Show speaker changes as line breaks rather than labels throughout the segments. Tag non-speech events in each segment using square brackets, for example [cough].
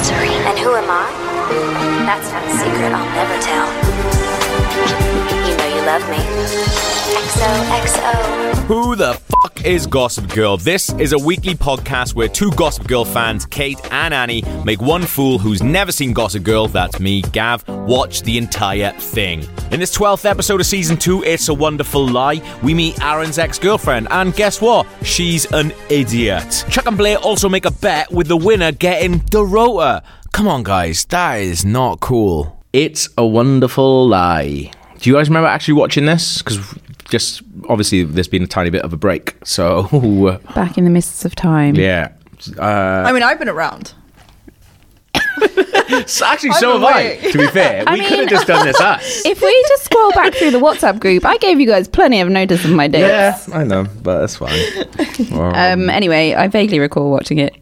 Who am I? That's not a secret I'll never tell. You know you love me. XOXO.
Who the fuck is Gossip Girl? This is a weekly podcast where two Gossip Girl fans, Kate and Annie, make one fool who's never seen Gossip Girl, that's me, Gav, watch the entire thing. In this 12th episode of season 2, It's a Wonderful Lie, we meet Aaron's ex girlfriend, and guess what? She's an idiot. Chuck and Blair also make a bet with the winner getting Dorota. Come on, guys, that is not cool. It's a Wonderful Lie. Do you guys remember actually watching this? Because just obviously there's been a tiny bit of a break. So [laughs]
Back in the mists of time.
yeah, uh,
I mean, I've been around.
so [laughs] actually
I've
so
been
have I.
waiting.
To be
[laughs]
fair, we
mean-
could have just done this us.
If we just scroll back through the WhatsApp group, I gave you guys plenty of notice of my dates.
Yeah, I know, but that's fine.
Um, anyway, I vaguely recall watching it.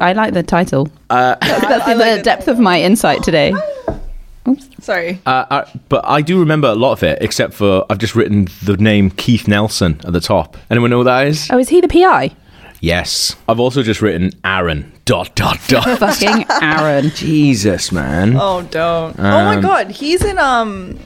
I like the title.
Uh,
[laughs] That's the depth of my insight today.
Sorry.
Uh, I, but I do remember a lot of it, except for I've just written the name Keith Nelson at the top. Anyone know who that is?
Oh, is he the PI?
Yes. I've also just written Aaron. Dot dot dot.
Fucking
[laughs]
Aaron.
Jesus, man.
Oh, don't. oh my God, he's in um,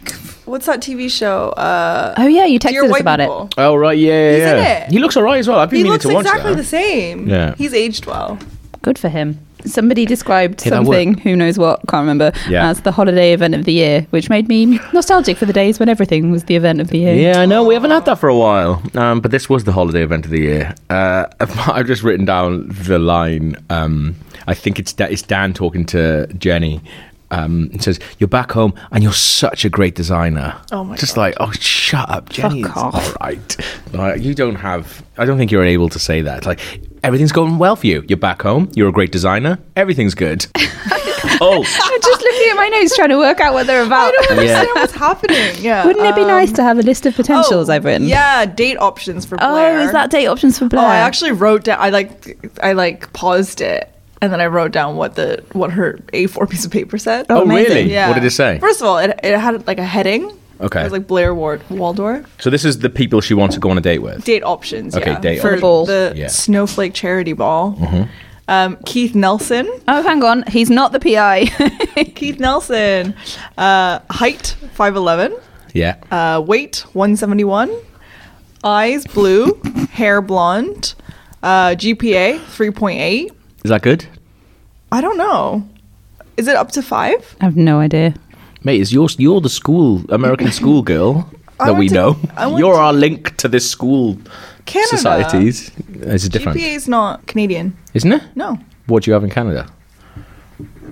what's that TV show? Uh,
Oh yeah, you texted
Dear
us
White
about
People.
Oh right, yeah, yeah.
He's in
yeah.
it.
He looks alright as well. I've been
He
meaning
looks
to watch
exactly
that.
the same.
Yeah.
he's aged well.
it. Good for him. Somebody described
Hit that
something, who knows what, can't remember,
Yeah.
as the holiday event of the year, which made me nostalgic for the days when everything was the event of the year.
Yeah, I know. We haven't had that for a while. Um, but this was the holiday event of the year. Uh, [laughs] I've just written down the line. Um, I think it's, da- it's Dan talking to Jenny. Um, it says, You're back home and you're such a great designer.
Oh my
Just like, oh, shut up, Jenny.
Fuck
it's
off.
All right. Like, you don't have, I don't think you're able to say that. Like, everything's going well for you. You're back home. You're a great designer. Everything's
[laughs]
good. oh,
I'm just looking at my notes trying to work out what they're about.
Yeah.
Understand
[laughs]
what's happening? Yeah.
Wouldn't it be
um,
nice to have a list of potentials
oh,
I've written?
Yeah, date options for Blair.
Oh, is that date options for Blair?
Oh, I actually wrote down. I like, I like paused it, and then I wrote down what the what her A4 [laughs] piece of paper said.
oh
amazing.
really? What did it say?
First of all, it, it had like a heading.
Okay.
It was like Blair Ward Waldorf.
so, this is the people she wants to go on a date with.
Date options.
Okay,
yeah,
date
for
options.
Ball.
the
Yeah. Mm-hmm.
Snowflake Charity Ball. Um, Keith Nelson. [laughs]
Oh, hang on. He's not the [laughs] PI.
Keith Nelson. Uh, height five eleven.
Yeah.
Uh, weight 171. Eyes blue. [laughs] hair blonde. Uh, GPA 3.8.
Is that good?
I don't know. Is it up to five?
I have no idea.
Mate, is yours? You're the school American
[laughs]
school girl that
went
we
to-
know.
I went
You're
to-
our link to this school
Canada.
societies. It's different,
GPA is not Canadian.
isn't it?
No.
What do you have in Canada?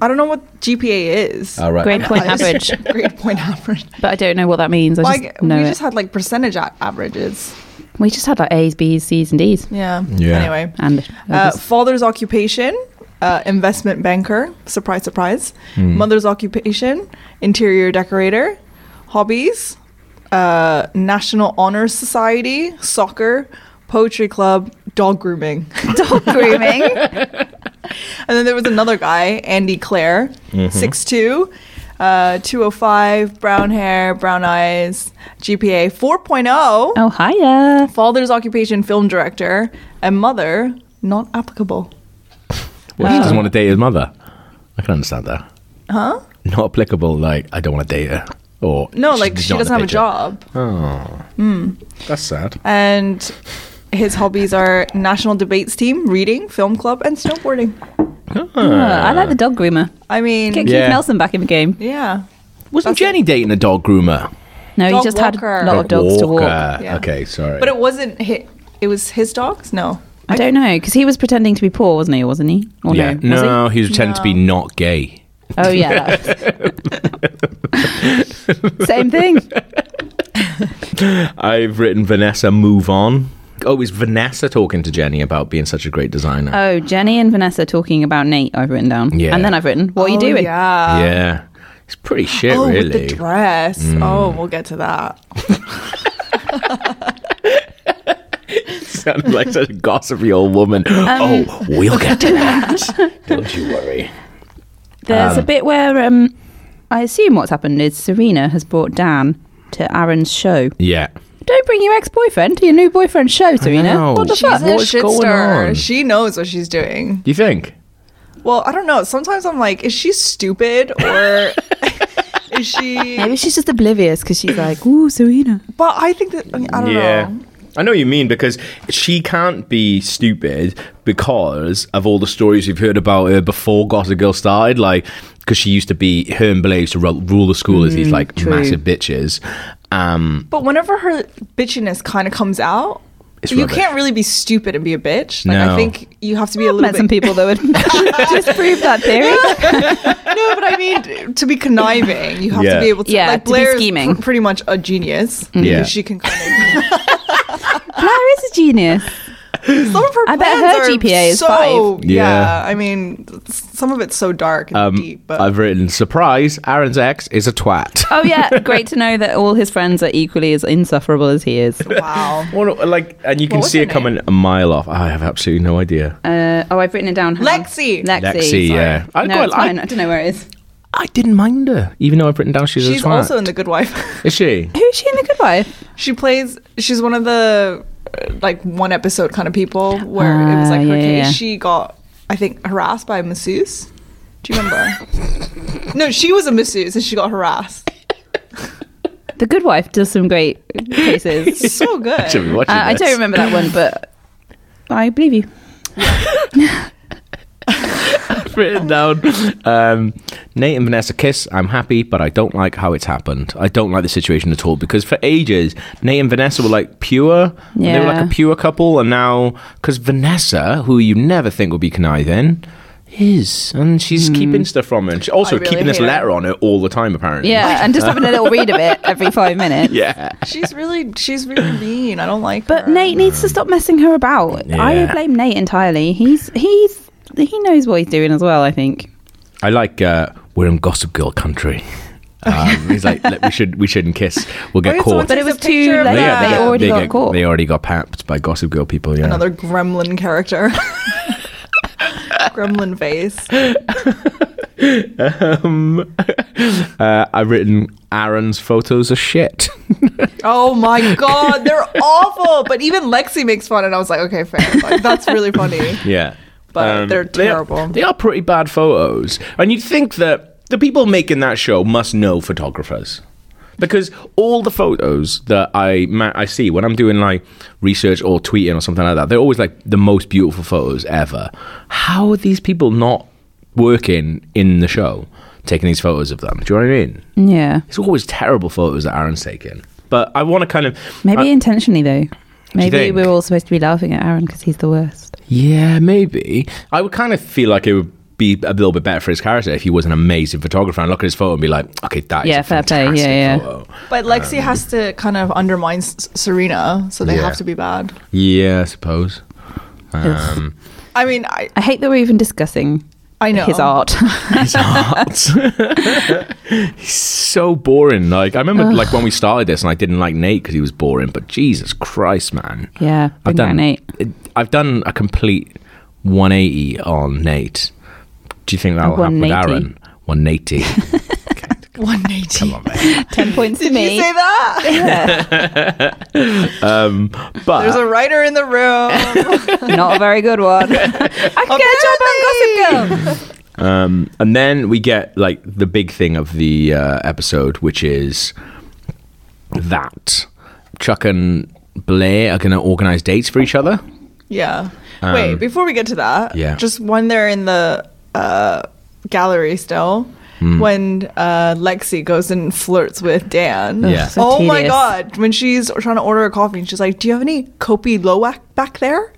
I don't know what GPA is.
All right.
Grade point average.
[laughs] Grade point average.
But I don't know what that means. I
Like
just know
we
it.
just had like percentage a- averages.
we just had like A's, B's, C's, and D's.
Yeah.
Yeah.
Anyway.
And
Uh, father's occupation, uh, investment banker. Surprise, surprise. Mother's occupation, interior decorator. Hobbies, uh, National Honor Society, soccer, poetry club, dog grooming. [laughs] Uh,
[laughs] dog grooming.
And then there was another guy, Andy Clare, six two, uh, 205, brown hair, brown eyes, GPA 4.0,
Oh, hiya.
father's occupation, film director, and mother, not applicable.
Well,
Um,
she doesn't want to date his mother. I can understand that. Huh? Not applicable. Like I don't want to date her. Or
No,
she's
like she
not in the
doesn't have a
picture.
job.
That's sad.
And his hobbies are national debates team, reading, film club, and snowboarding.
Oh, I like the dog groomer.
I mean,
Get
Uh, Yeah.
Keith Nelson back in the game.
yeah.
Wasn't Jenny dating a dog groomer?
No,
Dog
he just
walker.
had a lot of dogs to walk.
Walker.
Yeah.
Okay, sorry.
But it wasn't hit. It was his dogs? No.
I don't know because he was pretending to be poor, wasn't he? Or wasn't he? Or
yeah.
no? Was
no, he was pretending to be not gay.
he? Oh yeah.
[laughs]
that- [laughs] Same thing.
I've written Vanessa move on. Oh, is Vanessa talking to Jenny about being such a great designer?
Oh, Jenny and Vanessa talking about Nate. I've written down.
Yeah.
And then I've written, "What are you
Oh,
doing?"
Yeah.
yeah. It's pretty shit,
Oh,
really. Mm.
with
[laughs]
the dress. Oh, we'll get to that.
sounded like such a gossipy old woman.
Um,
oh, we'll get to that.
[laughs]
Don't you worry.
There's a bit where um, I assume what's happened is Serena has brought Dan to Aaron's show.
Yeah.
Don't bring your ex-boyfriend to your new boyfriend's show, Serena.
know.
What the
She's
fuck?
a What's going on?
She knows what she's doing.
Do you think?
Well, I don't know. Sometimes I'm like, is she stupid
[laughs]
or [laughs] is she?
Maybe she's just oblivious because she's like, ooh, Serena.
But I think that I, mean, I don't know.
I know what you mean because she can't be stupid because of all the stories we've heard about her before Gossip Girl started. Like, because she used to be, her and Blaze to ru- rule the school as
Mm,
these like
true.
massive bitches. Um,
But whenever her bitchiness kind of comes out,
It's
you
rubbish.
can't really be stupid and be a bitch. Like
No.
I think you have to be a little
Met
bit.
some people that would [laughs] disprove that theory.
no, but I mean to be conniving, you have
Yeah.
to be able to.
Yeah, to
like
be
Blair
scheming. Mm-hmm.
is pr- pretty much a genius.
Yeah.
she can. Kind
Blair is a genius.
of, some of her
I bet
plans
her
are
GPA is
so,
five.
Yeah. Um,
Yeah. I mean, s- some of it's so dark and deep. But
I've written, surprise, Aaron's ex is a twat.
Oh yeah, great to know that all his friends are equally as insufferable as he is.
[laughs]
wow.
Well, like, and you can
was
see
her
it coming a mile off. I have absolutely no idea.
Uh, oh, I've written it down. Hang on.
Lexi.
Lexi.
Lexi,
sorry.
yeah. I
no,
quite
it's
like-
fine. I don't know where it is.
I didn't mind her, even though I've written down she's,
She's
a twat.
also in The Good Wife.
Is she?
Who's she in The Good Wife?
she plays. She's one of the uh, like one episode kind of people where it was
Ah,
like her
yeah,
case.
yeah.
She got, I think, harassed by a masseuse. Do you remember? no, she was a masseuse and she got harassed.
The Good Wife does some great [laughs] cases.
So good.
Should be watching
Uh, I don't
this.
remember that one, but I believe you.
written down. Um, Nate and Vanessa kiss. I'm happy, but I don't like how it's happened. I don't like the situation at all because for ages, Nate and Vanessa were like pure. They were like
Yeah.
a pure couple, and now because Vanessa, who you never think will be conniving, is, and
Hmm.
she's keeping stuff from him. She's also
I really
keeping this
hate her.
letter on her all the time, apparently.
Yeah, and just having a little read of it every five minutes.
Yeah.
She's really, she's really mean. I don't
[laughs]
like
But
her.
Nate needs to stop messing her about.
Yeah.
I blame Nate entirely. He's he's he knows what he's doing as well. I think.
I like uh, we're in Gossip Girl
[laughs]
country. Um, he's like, "Look, we should we shouldn't kiss. We'll
Oh,
get
yeah, someone
caught.
took
But it
Takes
was
a picture
too
of
late.
that.
They
Yeah,
already
they
got
get-
caught.
They already got papped by Gossip Girl people. Yeah.
another gremlin character. [laughs] gremlin face.
Uh, I've written Aaron's photos are shit.
Oh my god,
[laughs]
they're awful. But even Lexi makes fun, and I was like, okay, fair. Like, that's really funny.
[laughs]
[laughs]
yeah, Um,
But Uh, they're
They
terrible.
are, pretty bad photos, and you'd think that the people making that show must know photographers. Because all the photos that I ma- I see when I'm doing like research or tweeting or something like that, they're always like the most beautiful photos ever. How are these people not working in the show, taking these photos of them? Do you know what I mean?
Yeah,
It's always terrible photos that Aaron's taking. But I want to kind of I-
maybe intentionally though. Maybe
think?
we're all supposed to be laughing at Aaron because he's the worst.
Yeah, maybe. I would kind of feel like it would be a little bit better for his character if he was an amazing photographer and look at his photo and be like, okay, that is
Yeah,
a
fair play. Yeah,
fantastic
yeah.
photo.
But Lexi has to kind of undermine S- Serena, so they
Yeah.
have to be bad.
Yeah, I
[laughs]
suppose. Um,
I mean, I,
I hate that we're even discussing
I know
his art. [laughs]
his art. [laughs] He's so boring. Like I remember, like when we started this, and I didn't like Nate because he was boring. But Jesus Christ, man!
yeah, bring back Nate.
I've done a complete 180 on Nate. Do you think that will happen with
180?
Aaron?
[laughs]
180. Okay,
One eighty.
come on, mate.
Ten points to
Did
me.
you say that?
But
There's a writer in the room.
Not a very good
[laughs]
one. I can get a job on Gossip Girl.
Um, and then we get like the big thing of the uh, episode, which is that Chuck and Blair are going to organize dates for each other.
yeah. Wait, before we get to that,
Um, yeah.
just when they're in the uh, gallery still,
Hmm.
when uh, Lexi goes and flirts with Dan.
Yeah.
so
oh my
tedious.
god, when she's trying to order a coffee, and she's like, "Do you have any Kopi Lowak back there?"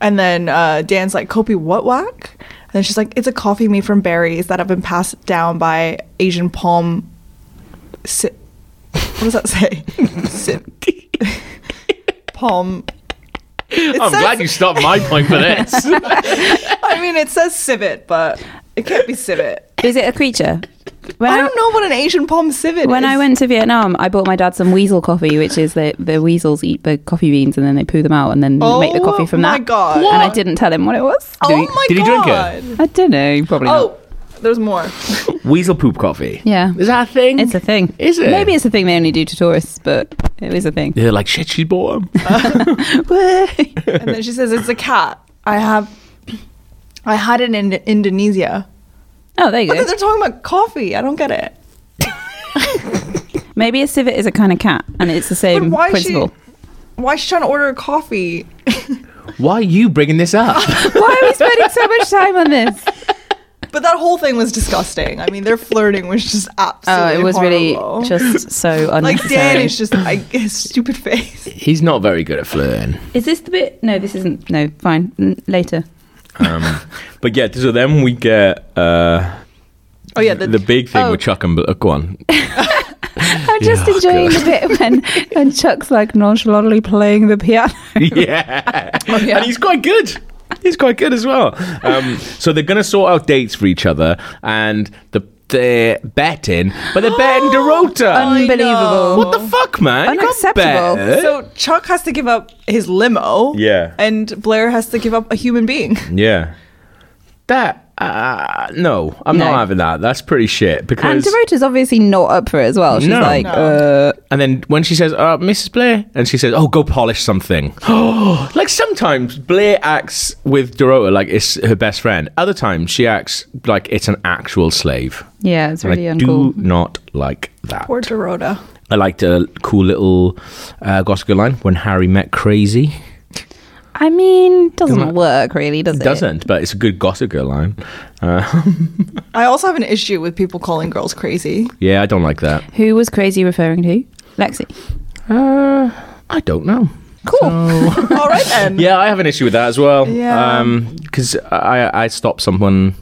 And then uh, Dan's like, "Kopi what whack?" And then she's like, "It's a coffee made from berries that have been passed down by Asian palm." Si- what does that say? Si- [laughs] palm. It
I'm
says-
glad you stopped my point for this.
[laughs] I mean, it says civet, but it can't be civet.
Is it a creature? When
I don't know what an Asian palm civet is.
When I went to Vietnam, I bought my dad some weasel coffee, which is the, the weasels eat the coffee beans and then they poo them out and then
Oh
make the coffee from
my
that.
God.
And I didn't tell him what it was.
oh
he-
my
did he
god!
drink it?
I don't know. Probably not.
Oh, there's more.
Weasel poop coffee.
Yeah.
Is that a thing?
It's a thing.
Is it?
Maybe it's a thing they only do to tourists, but it is a thing.
They're like, shit, she bought them.
Whey.
And then she says, "It's a cat. I have, I had it in Indonesia.
[laughs] Oh, there you
But
go.
[laughs] they're talking about coffee. I don't get it.
Maybe a civet is a kind of cat, and it's the same
But why is she? [laughs]
principle.
Why is she trying to order a coffee?
Why are you bringing this up? [laughs]
Why are we spending so much time on this?
But that whole thing was disgusting. I mean, their flirting was just
[laughs] Oh,
absolutely.
it was
horrible.
really just [laughs] so
like
unnecessary.
Dan is just like [laughs] his stupid face.
He's not very good at flirting.
Is this the bit? No, this isn't. No, fine. N- Later.
Um, But yeah, so then we get uh,
Oh yeah,
the,
the,
big thing
oh.
with Chuck and Bl- uh, go on.
I'm just
Yeah,
enjoying the bit when, when Chuck's like nonchalantly playing the piano.
[laughs] yeah.
yeah.
and he's quite good. He's quite good as well. Um, so they're gonna sort out dates for each other, and the they're betting, but they're betting Dorota.
Unbelievable.
what the fuck, man? You can't
Unacceptable.
bet.
so Chuck has to give up his limo.
Yeah.
and Blair has to give up a human being.
[laughs]
yeah, that uh, no, I'm
No.
not having that. That's pretty shit.
and
Because
Dorota's obviously not up for it as well. She's
No.
like,
No.
uh,
And then when she says, uh, Mrs. Blair, and she says, oh, go polish something. [gasps] like sometimes Blair acts with Dorota like it's her best friend. Other times she acts like it's an actual slave.
yeah, it's
And
really
I do
uncool.
not like that.
Poor Dorota.
I liked a cool little uh, Gossip Girl line when Harry met Crazy.
I mean, doesn't
Doesn't-
work really, does it?
It doesn't, but it's a good Gossip Girl line.
I also have an issue with people calling
[laughs]
girls crazy.
Yeah, I don't like that.
Who was crazy referring to? Lexi.
Uh, I don't know.
Cool.
All right then.
Yeah, I have an issue with that as well.
Yeah.
because I I stopped someone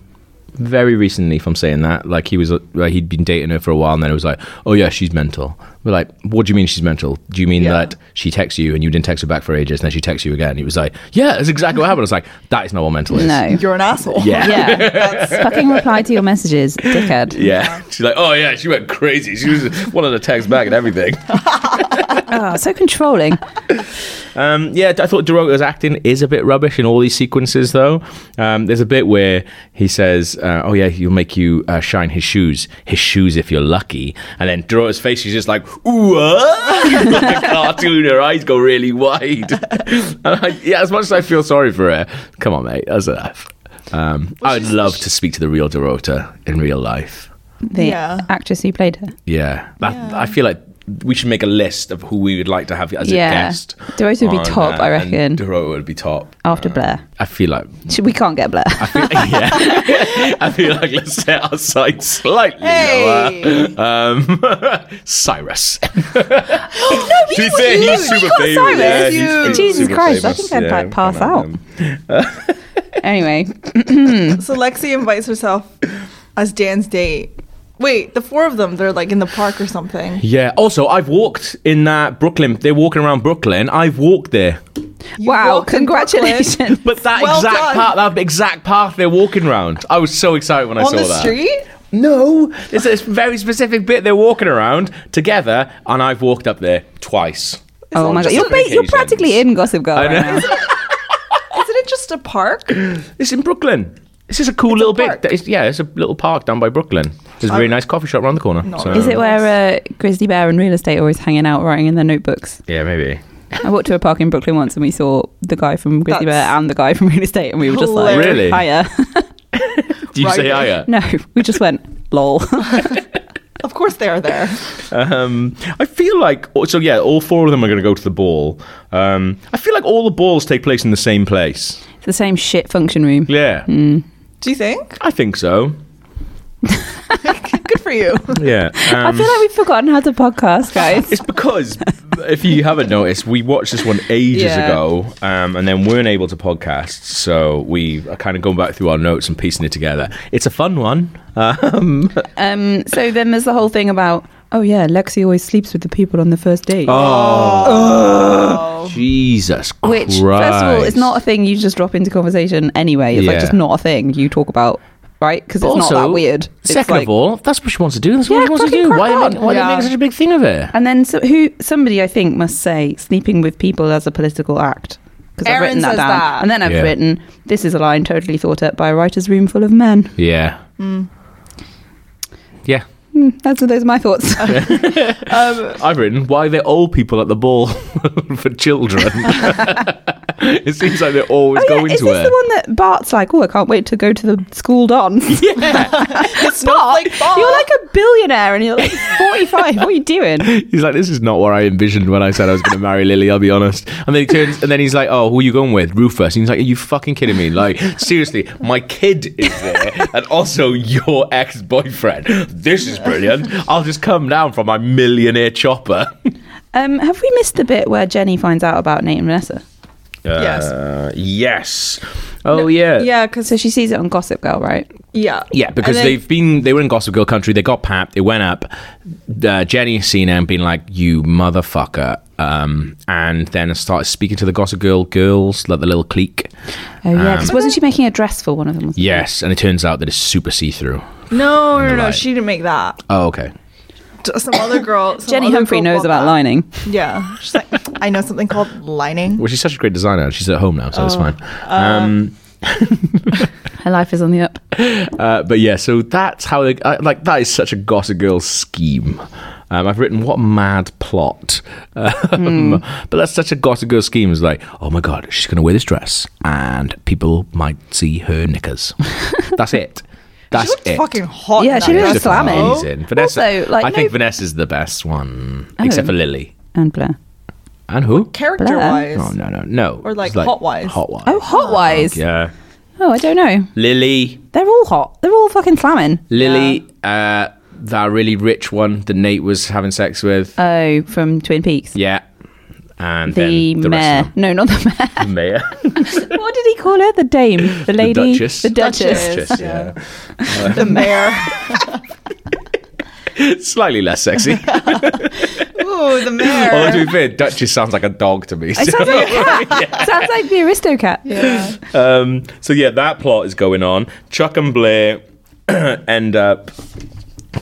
very recently from saying that. Like he was uh, like he'd been dating her for a while, and then it was like, oh yeah, she's mental. We're like, what do you mean she's mental? Do you mean
Yeah.
that she texts you and you didn't text her back for ages, and then she texts you again? He was like, yeah, that's exactly what happened. I was like, that is not what mental is.
No.
You're an asshole.
Yeah.
[laughs] Yeah. Fucking reply to your messages, dickhead.
Yeah. [laughs] She's like, oh yeah, she went crazy. She was wanted to text back and everything.
Oh, so controlling.
Um, yeah, I thought Dorota's acting is a bit rubbish in all these sequences, though. Um, there's a bit where he says, uh, "Oh yeah, he'll make you uh, shine his shoes, his shoes if you're lucky." And then Dorota's face is just like, "Ooh, ah!" [laughs] like a cartoon. Her eyes go really wide. [laughs] and I, yeah, as much as I feel sorry for her, come on, mate, that's enough. Um, I would love to speak to the real Dorota in real life.
The
Yeah.
actress who played her.
Yeah, that, I feel like we should make a list of who we would like to have as
Yeah.
a guest.
Dorota would be
on,
top,
uh,
I
and
reckon.
Dorota would be top.
After Blair.
I feel like
Sh- We can't get Blair.
[laughs] yeah. I feel like let's set our sights slightly
Hey.
lower. Um, [laughs] Cyrus.
Oh,
to be
was
fair, [laughs]
huge.
he's super
Cyrus
famous. Yeah,
was
he's- he's
Jesus
super
Christ, I
famous.
think I'd
Yeah,
like pass
come on,
out.
um,
anyway,
So Lexi invites herself as Dan's date. Wait, the four of them—they're like in the park or something.
Yeah. Also, I've walked in that Brooklyn. They're walking around Brooklyn. I've walked there,
You
wow,
walked in
congratulations.
but that
Well
exact
done.
path, that exact path they're walking around. I was so excited when I
Brooklyn.
saw
on the
that.
street.
No, it's a very specific bit they're walking around together, and I've walked up there twice.
oh my god,
just
you're,
on
ba- you're
occasions.
practically in Gossip Girl right
know. [laughs]
now.
Isn't it just a park?
It's in Brooklyn. This is a cool little bit.
park.
That is- yeah, it's a little park down by Brooklyn. There's a very nice coffee shop around the corner.
No.
so-
Is it where uh, Grizzly Bear and Real Estate are always hanging out writing in their notebooks?
Yeah, maybe.
I walked to a park in Brooklyn once and we saw the guy from Grizzly
That's-
Bear and the guy from Real Estate and we were just like,
Really?
hiya. [laughs]
Do you say
Right. [laughs]
hiya?
no, we just went, lol. [laughs]
Of course they are there.
Um, I feel like so. Yeah, all four of them are going to go to the ball. Um, I feel like all the balls take place in the same place.
the same shit function room.
Yeah,
Hmm. Do you think?
I think so.
Good for you.
[laughs]
Yeah.
I
Um,
feel like we've forgotten how to podcast, guys. [laughs]
It's because if you haven't noticed, we watched this one ages
Yeah.
ago, um, and then weren't able to podcast. So we are kind of going back through our notes and piecing it together. It's a fun one. Um,
Um, so then there's the whole thing about, oh yeah, Lexi always sleeps with the people on the first date.
Jesus Christ!
Oh. Which, first of all, is not a thing you just drop into conversation anyway. It's like
Yeah.
just not a thing you talk about, right? Because it's not that weird. It's
Second
like-
of all, that's what she wants to do. That's
Yeah,
what she wants to
fucking
do.
crack
Why,
on.
they make- why
Yeah.
they make such a big thing of it?
And then so, who somebody I think must say sleeping with people as a political act because I've
Erin
written that
says
down.
that.
And then I've
Yeah.
written this is a line Hmm. totally thought up by a writer's room full of men.
Yeah. Yeah.
That's, those are my
[laughs]
thoughts. Um,
I've written why they're old people at the ball [laughs] for children. [laughs] it seems like they're always
Oh, yeah,
going
[laughs] is
to
this
her.
the one that Bart's like, oh, I can't wait to go to the
[laughs]
school dance? Yeah. Bart,
Snowflake
[laughs]
Bart.
you're like a billionaire and you're like 45. what are you doing?
[laughs] He's like, this is not what I envisioned when I said I was going to marry Lily. I'll be honest. And then he turns, and then he's like, oh, who are you going with, Rufus? And he's like, are you fucking kidding me? Like, seriously, my kid is there, and also your ex-boyfriend. This is brilliant. I'll just come down from my millionaire chopper.
Um, have we missed the bit where Jenny finds out about Nate and Vanessa?
Uh, yes. Oh yeah.
Yeah, because
So she sees it on Gossip Girl, right?
yeah,
Yeah, because
And then-
they've been they were in Gossip Girl country. They got papped. It went up. Uh, Jenny has seen her and been like, "You motherfucker," um, and then started speaking to the Gossip Girl girls, like the little clique.
Oh yeah, because wasn't she making a dress for one of them?
Um, Yes, and it turns out that it's super see through.
no, no, no,
Right.
she didn't make that.
Oh, okay.
Just
[laughs]
Some other girl, some
Jenny
other
Humphrey
girl
knows
bought
about
that.
lining.
Yeah, she's like, I know something called lining.
Well, she's such a great designer. She's at home now, so it's fine. Oh. Um,
Her life is on the up.
uh, but yeah, so that's how they, I, like that is such a Gossip Girl scheme. Um, I've written what a mad plot, [laughs] um, but that's such a Gossip Girl scheme. Is like, oh my god, she's gonna wear this dress, and people might see her knickers. that's it. That's
She looked
it.
fucking hot.
Yeah,
in
she
that
really
dress.
She's
slamming.
amazing. Vanessa,
Also, like,
I think
no-
Vanessa's the best one,
Oh.
except for Lily.
And Blair.
And who?
Character-wise,
Oh no no no.
Or, like,
It's
hot-wise.
Hot-wise.
Oh, hot wise.
Yeah.
Oh, I don't know.
Lily,
They're all hot. They're all fucking slamming.
Lily, uh, that really rich one that Nate was having sex with.
Oh, from Twin Peaks.
yeah. And
The,
then the
mayor.
rest
No, not the mayor.
of them. [laughs] mayor.
[laughs] what did he call her?
[laughs]
The dame, the lady,
Duchess.
the Duchess.
Duchess.
Just, yeah. [laughs]
the mayor.
Slightly less [laughs] sexy.
Ooh, the mayor.
Although to be fair, Duchess sounds like a dog to me.
It
so- [laughs]
sounds like a cat. Sounds like the Aristocat.
yeah.
Um, so yeah, that plot is going on. Chuck and Blair [clears throat] end up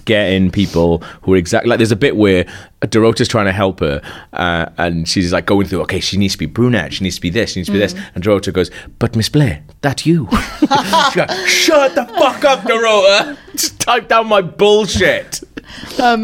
getting people who are exactly like. There's a bit where Dorota's trying to help her, uh, and she's like going through. Okay, she needs to be brunette. She needs to be this. She needs to be this. And Dorota goes, "But Miss Blair, that you." She's like, Shut the fuck up, Dorota. [laughs] Just type down my bullshit.
Um,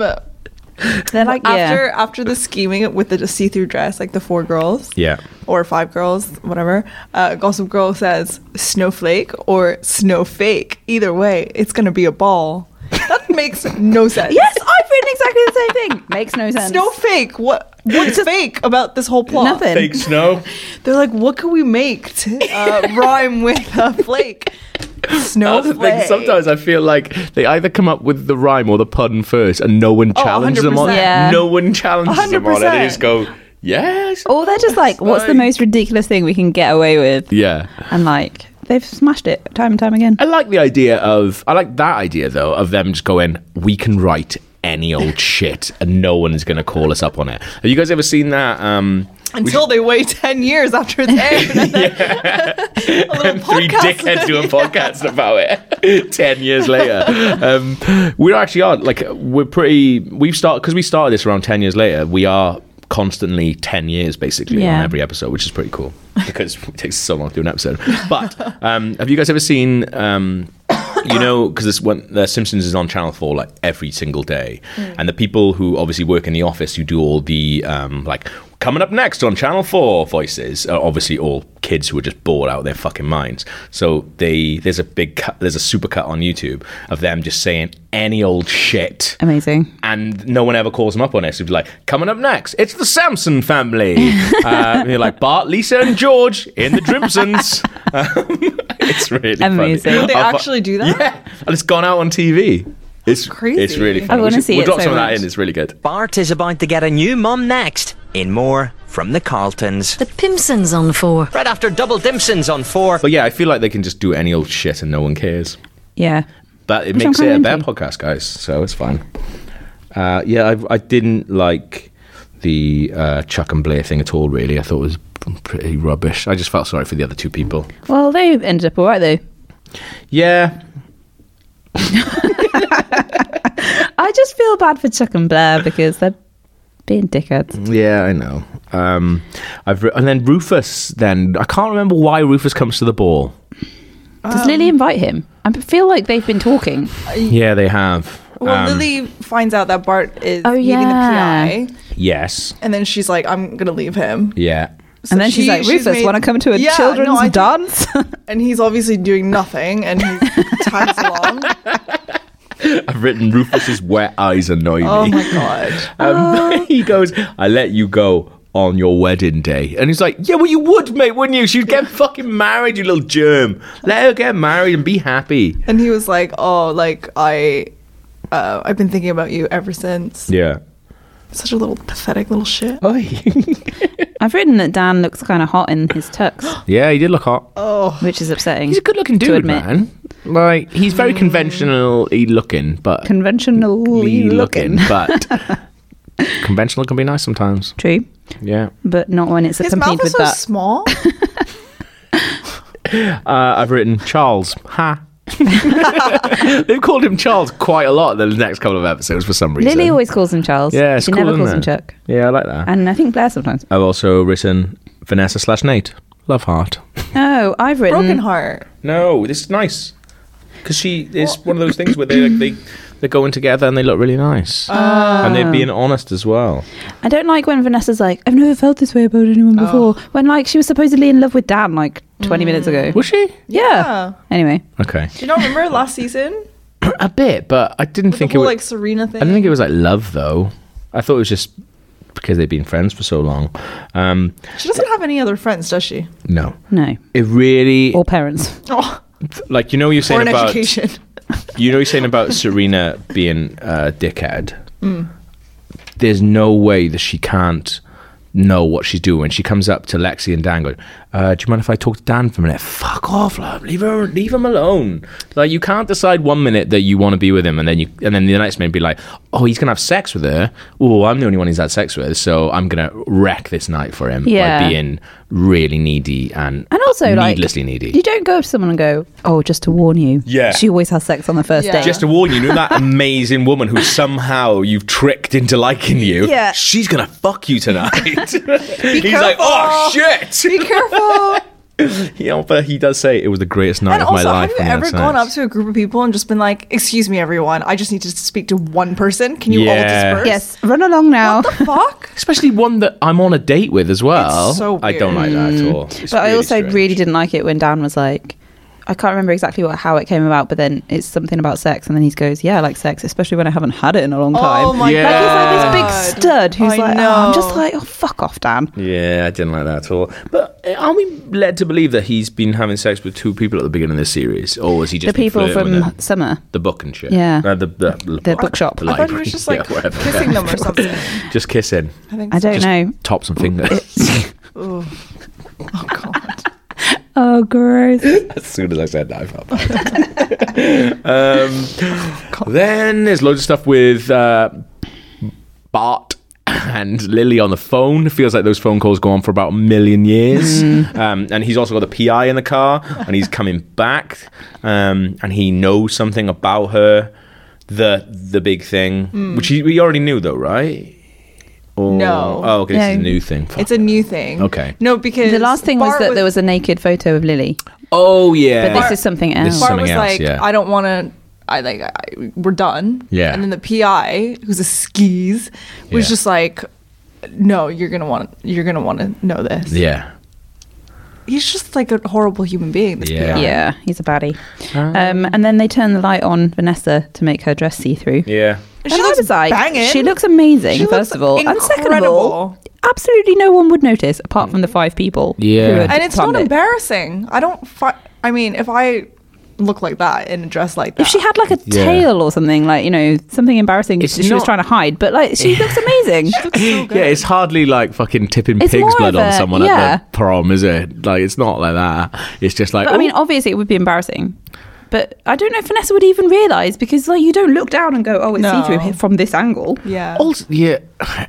They're like
after
yeah.
after the scheming with the see-through dress, like the four girls,
Yeah.
or five girls, whatever. Uh, Gossip Girl says snowflake or snowfake. Either way, it's gonna be a ball. That [laughs] makes no sense.
Yes, I've written exactly the same thing. [laughs] Makes no sense.
snowfake. What what's fake about this whole plot?
Nothing.
Fake snow.
They're like, what can we make to uh,
[laughs]
rhyme with uh, flake?
That's the thing.
Snowflake.
Sometimes I feel like they either come up with the rhyme or the pun first, and no one challenges them on it.
100%.
Yeah.
No one challenges them on it. They just
100%.
go, yes.
Or they're just like, what's the
Fine.
most ridiculous thing we can get away with?
Yeah.
And like, they've smashed it time and time again.
I like the idea of, I like that idea though, of them just going, we can write any old shit and no one is going to call us up on it. Have you guys ever seen that? Um,
Until they wait 10 years after it's aired.
[laughs]
and then [laughs] a little
three
podcast.
dickheads doing podcasts about it [laughs] 10 years later um, we're actually on like we're pretty we've started because we started this around 10 years later we are constantly 10 years basically on
Yeah.
every episode which is pretty cool because it takes so long to do an episode but um, have you guys ever seen um, you know because this one the simpsons is on channel 4 like every single day and the people who obviously work in the office who do all the um, like coming up next on channel 4 voices are obviously all kids who are just bored out of their fucking minds so they there's a big cut there's a supercut on youtube of them just saying any old shit
Amazing.
and no one ever calls them up on it. So it's like, coming up next, it's the Samson family. uh, and you're like Bart, Lisa, and George in the Drimpsons. Um, [laughs] it's really
Amazing.
Funny. I've-
They
uh,
actually do that?
Yeah, and it's gone out on TV. it's
crazy.
It's really funny.
I wanna
We should-
see
We'll
it
drop
so
some of
much.
that in. It's really good.
Bart is about to get a new mum next. In more from the Carltons.
The Pimpson's on four.
Right after Double Dimsons on four.
But yeah, I feel like they can just do any old shit and no one cares.
Yeah.
But it
Which
makes
I'm
it a
kinda
better
into.
podcast, guys. So it's fine. Uh, yeah, I, I didn't like the uh, Chuck and Blair thing at all. Really, I thought it was pretty rubbish. I just felt sorry for the other two people.
Well, they ended up all right though.
Yeah,
I just feel bad for Chuck and Blair because they're being dickheads.
Yeah, I know. Um, I've re- and then Rufus. Then I can't remember why Rufus comes to the ball.
Um,
Does Lily invite him? I feel like they've been talking.
Yeah, they have. Um,
Well, Lily finds out that Bart is
Oh,
meeting
yeah.
the PI,
Yes.
and then she's like, "I'm gonna leave him."
Yeah.
So
and then she's
she-
like,
she's
Rufus,
made-
want to come to a
Yeah, no,
children's
I think-
dance? [laughs]
And he's obviously doing nothing, and he tags along.
I've written Rufus's wet eyes annoy me.
Oh my god!
Oh,
Um, [laughs] he goes, I let you go on your wedding day. And he's like, Yeah, well, you would, mate, wouldn't you? She'd get fucking married, you little germ. Let her get married and be happy.
And he was like, "Oh, like I, uh, I've been thinking about you ever since."
Yeah.
Such a little pathetic little shit.
I've written that Dan looks kind of hot in his
[gasps]
tux,
[laughs] yeah, he did look hot.
which is upsetting.
he's a good looking
to
dude,
admit.
man. Like, he's very conventionally looking, but.
Conventionally looking.
[laughs] but.
[laughs]
conventional can be nice sometimes.
True,
Yeah.
but not when it's
His mouth
accompanied with
is so
that. [laughs] Mm-hmm.
small.
Uh, I've written Charles.
[laughs]
Ha. [laughs] They've called him Charles quite a lot in the next couple of episodes for some reason.
Lily always calls him Charles.
yeah, it's
she
cool,
never
isn't
calls him
it?
Chuck.
Yeah, I like that.
And I think Blair sometimes.
I've also written Vanessa slash Nate. Love heart.
Oh, I've written.
Broken heart.
No, this is nice. Because she is one of those things where they, like, they, they're going together and they look really nice.
Ah.
And they're being honest as well.
I don't like when Vanessa's like, I've never felt this way about anyone
Oh.
before. When like she was supposedly in love with Dan like 20 minutes ago.
Was she?
Yeah.
Mm. Yeah.
Anyway,
Okay.
Do you not remember last season?
[clears throat] A bit, but I didn't
The
think it
whole
was.
like Serena
I didn't
thing.
think it was like love, though. I thought it was just because they'd been friends for so long. Um,
She doesn't have any other friends, does she?
no.
no.
It really,
Or parents.
Oh,
like, you know, you're
or
saying
an
about.
education.
you know you're saying about Serena being a dickhead.
Hmm.
There's no way that she can't know what she's doing. She comes up to Lexi and Dan going, uh, "Do you mind if I talk to Dan for a minute? Fuck off, love. Leave her, leave him alone. Like you can't decide one minute that you want to be with him, and then you, and then the next minute be like, oh, he's gonna have sex with her. Oh, I'm the only one he's had sex with, so I'm gonna wreck this night for him
Yeah.
by being really needy and
And also like
needlessly needy.
You don't go up to someone and go, "Oh, just to warn you."
Yeah.
She always has sex on the first
Yeah.
date.
just to warn you, you know that amazing woman who somehow you've tricked into liking you?
Yeah.
She's gonna fuck you tonight.
[laughs]
He's like, oh shit.
Be careful.
[laughs]
[laughs]
Yeah, but he does say it was the greatest night
and
of
also,
my life.
have you
on the
ever
other
gone
side."
up to a group of people and just been like, "Excuse me, everyone, I just need to speak to one person. Can you
Yeah.
all disperse?"
yes, run along now.
What the fuck?
Especially one that I'm on a date with as well.
It's so
I don't like that at all. It's
but I also
strange.
really didn't like it when Dan was like I can't remember exactly what how it came about, but then it's something about sex and then he goes, "Yeah, I like sex, especially when I haven't had it in a long time."
Oh my
Yeah.
Like he's like
God.
this big stud who's
I
like, oh, I'm just
know.
like, oh, fuck off, Dan.
Yeah, I didn't like that at all. But uh, are we led to believe that he's been having sex with two people at the beginning of this series, or was he just
The
been
people
flirting with
from
them?
Summer.
the book and shit?
Yeah.
Uh, the the, the,
The
[laughs]
bookshop.
the
I thought he
library.
was just like
Yeah, whatever.
kissing
[laughs]
them or something. I
Just kissing.
think
I don't
Just
know.
Tops and fingers.
Oh god.
Oh, gross.
[laughs] as soon as I said that, I felt bad. um, then there's loads of stuff with uh, Bart and Lily on the phone. Feels like those phone calls go on for about a million years. Um, and he's also got the PI in the car, and he's coming back, um, and he knows something about her. The the big thing,
Mm.
which he, we already knew though, right? Or,
No.
Oh, okay. This is a
No.
new thing. Fuck.
It's a new thing.
Okay.
No, because
The last thing was
Bart
that there was a naked photo of Lily,
oh yeah.
but this is something
This
else.
is
Bart
something
was
else,
like,
yeah.
I don't want to. I like, I, we're done.
Yeah.
And then the PI, who's a skis, was
Yeah.
just like, no, you're gonna want, you're gonna want to know this.
yeah.
He's just like a horrible human being. This
Yeah.
PI.
yeah, he's a baddie. Um, and then they turn the light on Vanessa to make her dress see through.
Yeah.
And
And she
I
looks
was like,
banging.
she looks amazing,
She
first
looks
of all. And second of all,
incredible.
absolutely no one would notice apart from the five people.
Yeah.
who
[laughs]
had
And
and it's not
plumbed it.
embarrassing. I don't. Fi- I mean, if I look like that in a dress like that,
If she had like a
Yeah.
tail or something, like, you know, something embarrassing
It's
she was
not-
trying to hide, but like, she
[laughs]
looks amazing.
Yeah, it's hardly like fucking tipping
It's
pig's
more
blood
of
on
a-
someone
yeah.
at the prom, is it? Like, it's not like that. It's just like,
But I mean,
"Ooh."
obviously, it would be embarrassing. But I don't know if Vanessa would even realise because, like, you don't look down and go, oh, it's
No.
see through from this angle.
yeah,
oh, also, yeah, [sighs]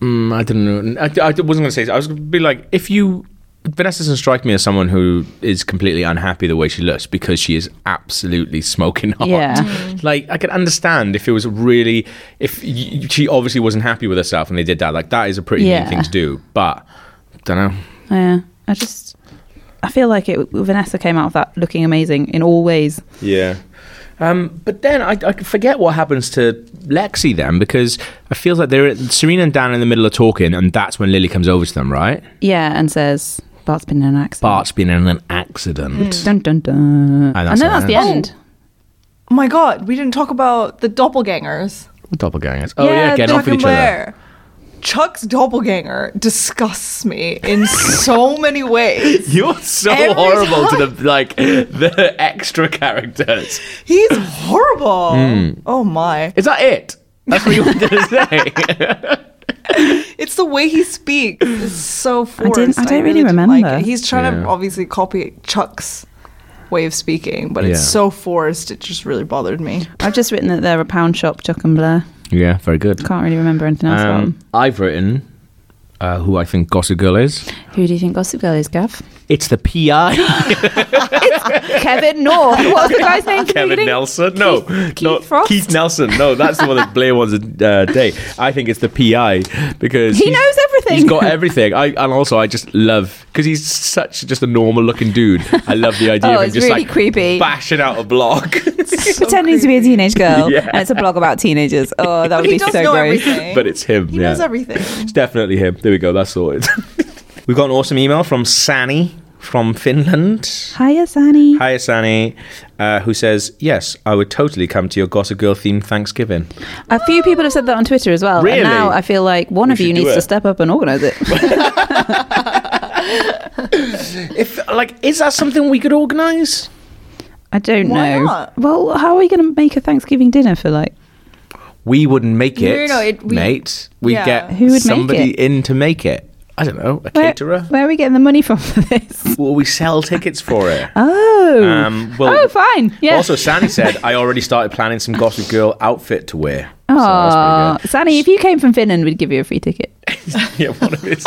mm, I didn't know. I, I wasn't going to say. I was going to be like, if you Vanessa doesn't strike me as someone who is completely unhappy the way she looks because she is absolutely smoking hot.
Yeah.
[laughs] Like I could understand if it was really if y- she obviously wasn't happy with herself and they did that. Like that is a pretty
Yeah.
mean thing to do, but don't know.
Yeah. I just. I feel like it, Vanessa came out of that looking amazing in all ways.
Yeah. Um, but then I, I forget what happens to Lexi then because I feel like they're Serena and Dan are in the middle of talking, and that's when Lily comes over to them, right?
Yeah, and says Bart's been in an accident.
Bart's been in an accident.
Dun, dun, dun.
And
And,
that's
then
what
that's the
happens.
end.
Oh my god, we didn't talk about the doppelgangers.
Doppelgangers. Oh yeah, getting off
Chuck
each
and
other.
Blair. Chuck's doppelganger disgusts me in so many ways.
You're so
Every
horrible to the like the extra characters.
He's horrible.
Hmm.
Oh my.
Is that it? That's what you wanted to say.
It's the way he speaks. It's so forced.
didn't- I don't really
didn't like
remember.
it. He's trying
Yeah.
to obviously copy Chuck's way of speaking, but it's
Yeah.
so forced. It just really bothered me.
I've just written that they're a pound shop, Chuck and Blair.
[laughs] yeah, very good.
Can't really remember anything else about
Um,
them.
I've written uh, who I think Gossip Girl is.
Who do you think Gossip Girl is, Gav?
It's the PI,
Kevin North. What was the guy's name? at the beginning?
Nelson. No,
Keith no, Frost? Keith
Nelson. No, that's the one that Blair wants to uh, date. I think it's the PI because
He
he's-
knows everything.
He's
[laughs]
got everything. I and also I just love because he's such just a normal looking dude. I love the idea
[laughs] Oh,
of him
it's
just
really
like
creepy.
bashing out a
[laughs]
block.
pretending to be a
[laughs]
teenage girl, and it's a blog about teenagers. Oh, that would
He
be
does
so
know
gross.
everything.
but it's him.
he
yeah.
knows everything.
It's definitely him. There we go. That's
[laughs]
sorted. We've got an awesome email from Sani from Finland.
Hiya, Sani.
Hi, Sani, uh, who says, Yes, I would totally come to your Gossip Girl themed Thanksgiving.
A few people have said that on Twitter as well.
Really?
And now I feel like one
We
of you
should do
needs
it.
to step up and organise it.
[laughs] If like, is that something we could organise?
I don't
Why
know.
not?
Well, how are we going to make a Thanksgiving dinner for like?
We wouldn't make
No,
it,
no, it- we-
mate. We
Yeah.
get
Who would make
somebody
it?
in to make it. I don't know, a
Where,
caterer.
where are we getting the money from
[laughs]
for this?
Well, we sell tickets for it.
Oh,
Um, well-
oh, fine. [laughs] Yeah.
Also, Sani said I already started planning some Gossip Girl outfit to wear. So
[laughs] Aw,
that's pretty
Sani, if you came from Finland, we'd give you a
[laughs]
free ticket.
good. yeah, one of his.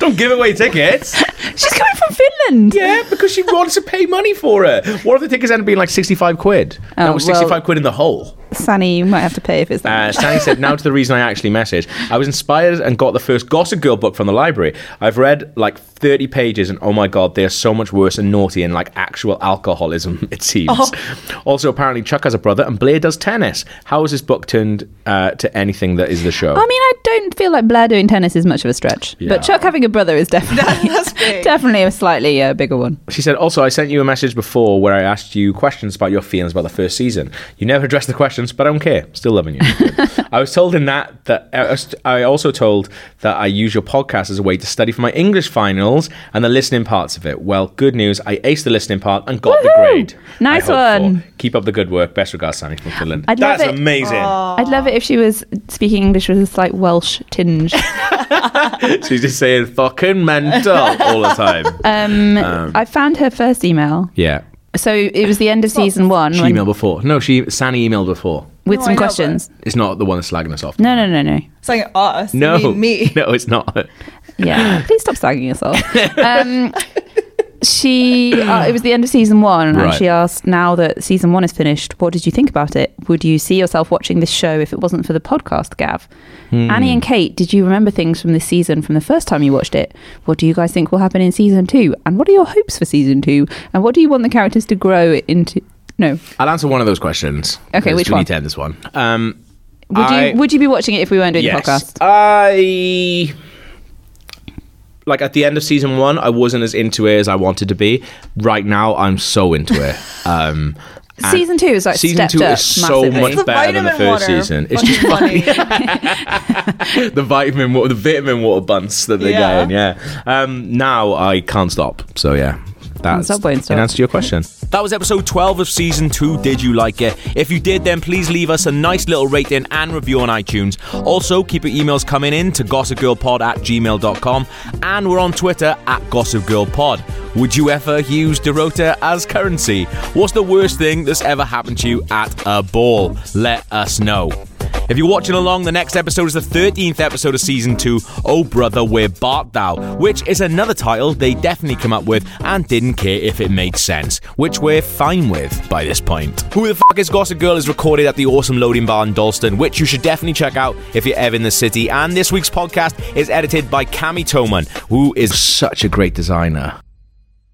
Don't give away
[laughs]
tickets.
She's coming from Finland.
Yeah, because she wants to pay money for it. What if the tickets end up being like sixty-five quid?
Oh,
that was
well-
sixty-five quid in the hole.
Sani, you might have to pay if it's
Uh,
that. much.
Stanley said, now to the reason I actually messaged. I was inspired and got the first Gossip Girl book from the library. I've read like 30 pages and oh my god, they are so much worse and naughty and like actual alcoholism, [laughs] it seems. Also, apparently Chuck has a brother and Blair does tennis. How has this book turned uh, to anything that is the show?
I mean, I don't feel like Blair doing tennis is much of a stretch,
Yeah.
but Chuck having a
[laughs]
brother is definitely [laughs]
That's big.
definitely a slightly uh, bigger one.
she said, also, I sent you a message before where I asked you questions about your feelings about the first season. You never addressed the questions, but I don't care. Still loving
[laughs]
you. I was told in that that I was- I also told that I use your podcast as a way to study for my English finals and the listening parts of it. Well, good news, I aced the listening part and got the
Woohoo!
grade. I
Nice
hope
one.
for. Keep up the good work. Best regards, Sunny from Finland.
I'd love
That's
it.
amazing.
I'd love it if she was speaking English with a slight Welsh
[laughs]
tinge.
[laughs] She's just saying fucking
[laughs]
mental all the time.
Um, I found her first email.
yeah.
So it was the end of season one
She
when-
emailed before. No, she Sani emailed before.
with
No, I
some
know, but-
questions.
It's not the one that's slagging us off.
No, no, no, no.
It's like us.
No,
You mean me.
[laughs] No, it's not.
Yeah, [gasps] please stop
[laughs]
slagging us off. Um, she, uh, it was the end of season one,
Right.
and she asked, "Now that season one is finished, what did you think about it? Would you see yourself watching this show if it wasn't for the podcast, Gav?"
Hmm.
Annie and Kate, did you remember things from this season from the first time you watched it? What do you guys think will happen in season two? And what are your hopes for season two? And what do you want the characters to grow into? No,
I'll answer one of those questions.
Okay,
because
which
we
one?
need to end this one. Um,
would
I-
you would you be watching it if we weren't doing
yes,
the podcast?
I like at the end of season one, I wasn't as into it as I wanted to be. Right now, I'm so into [laughs] it. Um, and
Season two is like
season
stepped
two
up
is so
massively.
much
the
better than the
vitamin
first
water.
season. It's
Fucking
just
funny.
[laughs] the vitamin water, the vitamin water buns that they're
Yeah.
getting. Yeah. Um, now I can't stop. So yeah, that's
stop, won't
in
stop.
answer to your question.
That was episode 12 of season 2. Did you like it? If you did, then please leave us a nice little rating and review on iTunes. Also, keep your emails coming in to gossipgirlpod at gmail.com and we're on Twitter at gossipgirlpod. Would you ever use Dorota as currency? What's the worst thing that's ever happened to you at a ball? Let us know. If you're watching along, the next episode is the 13th episode of season 2, Oh Brother, Where Bart Thou, which is another title they definitely come up with and didn't care if it made sense, which we're fine with by this point. Who the Fuck is Gossip Girl is recorded at the awesome Loading Bar in Dalston, which you should definitely check out if you're ever in the city. And this week's podcast is edited by Cami Toman, who is
Such a great designer.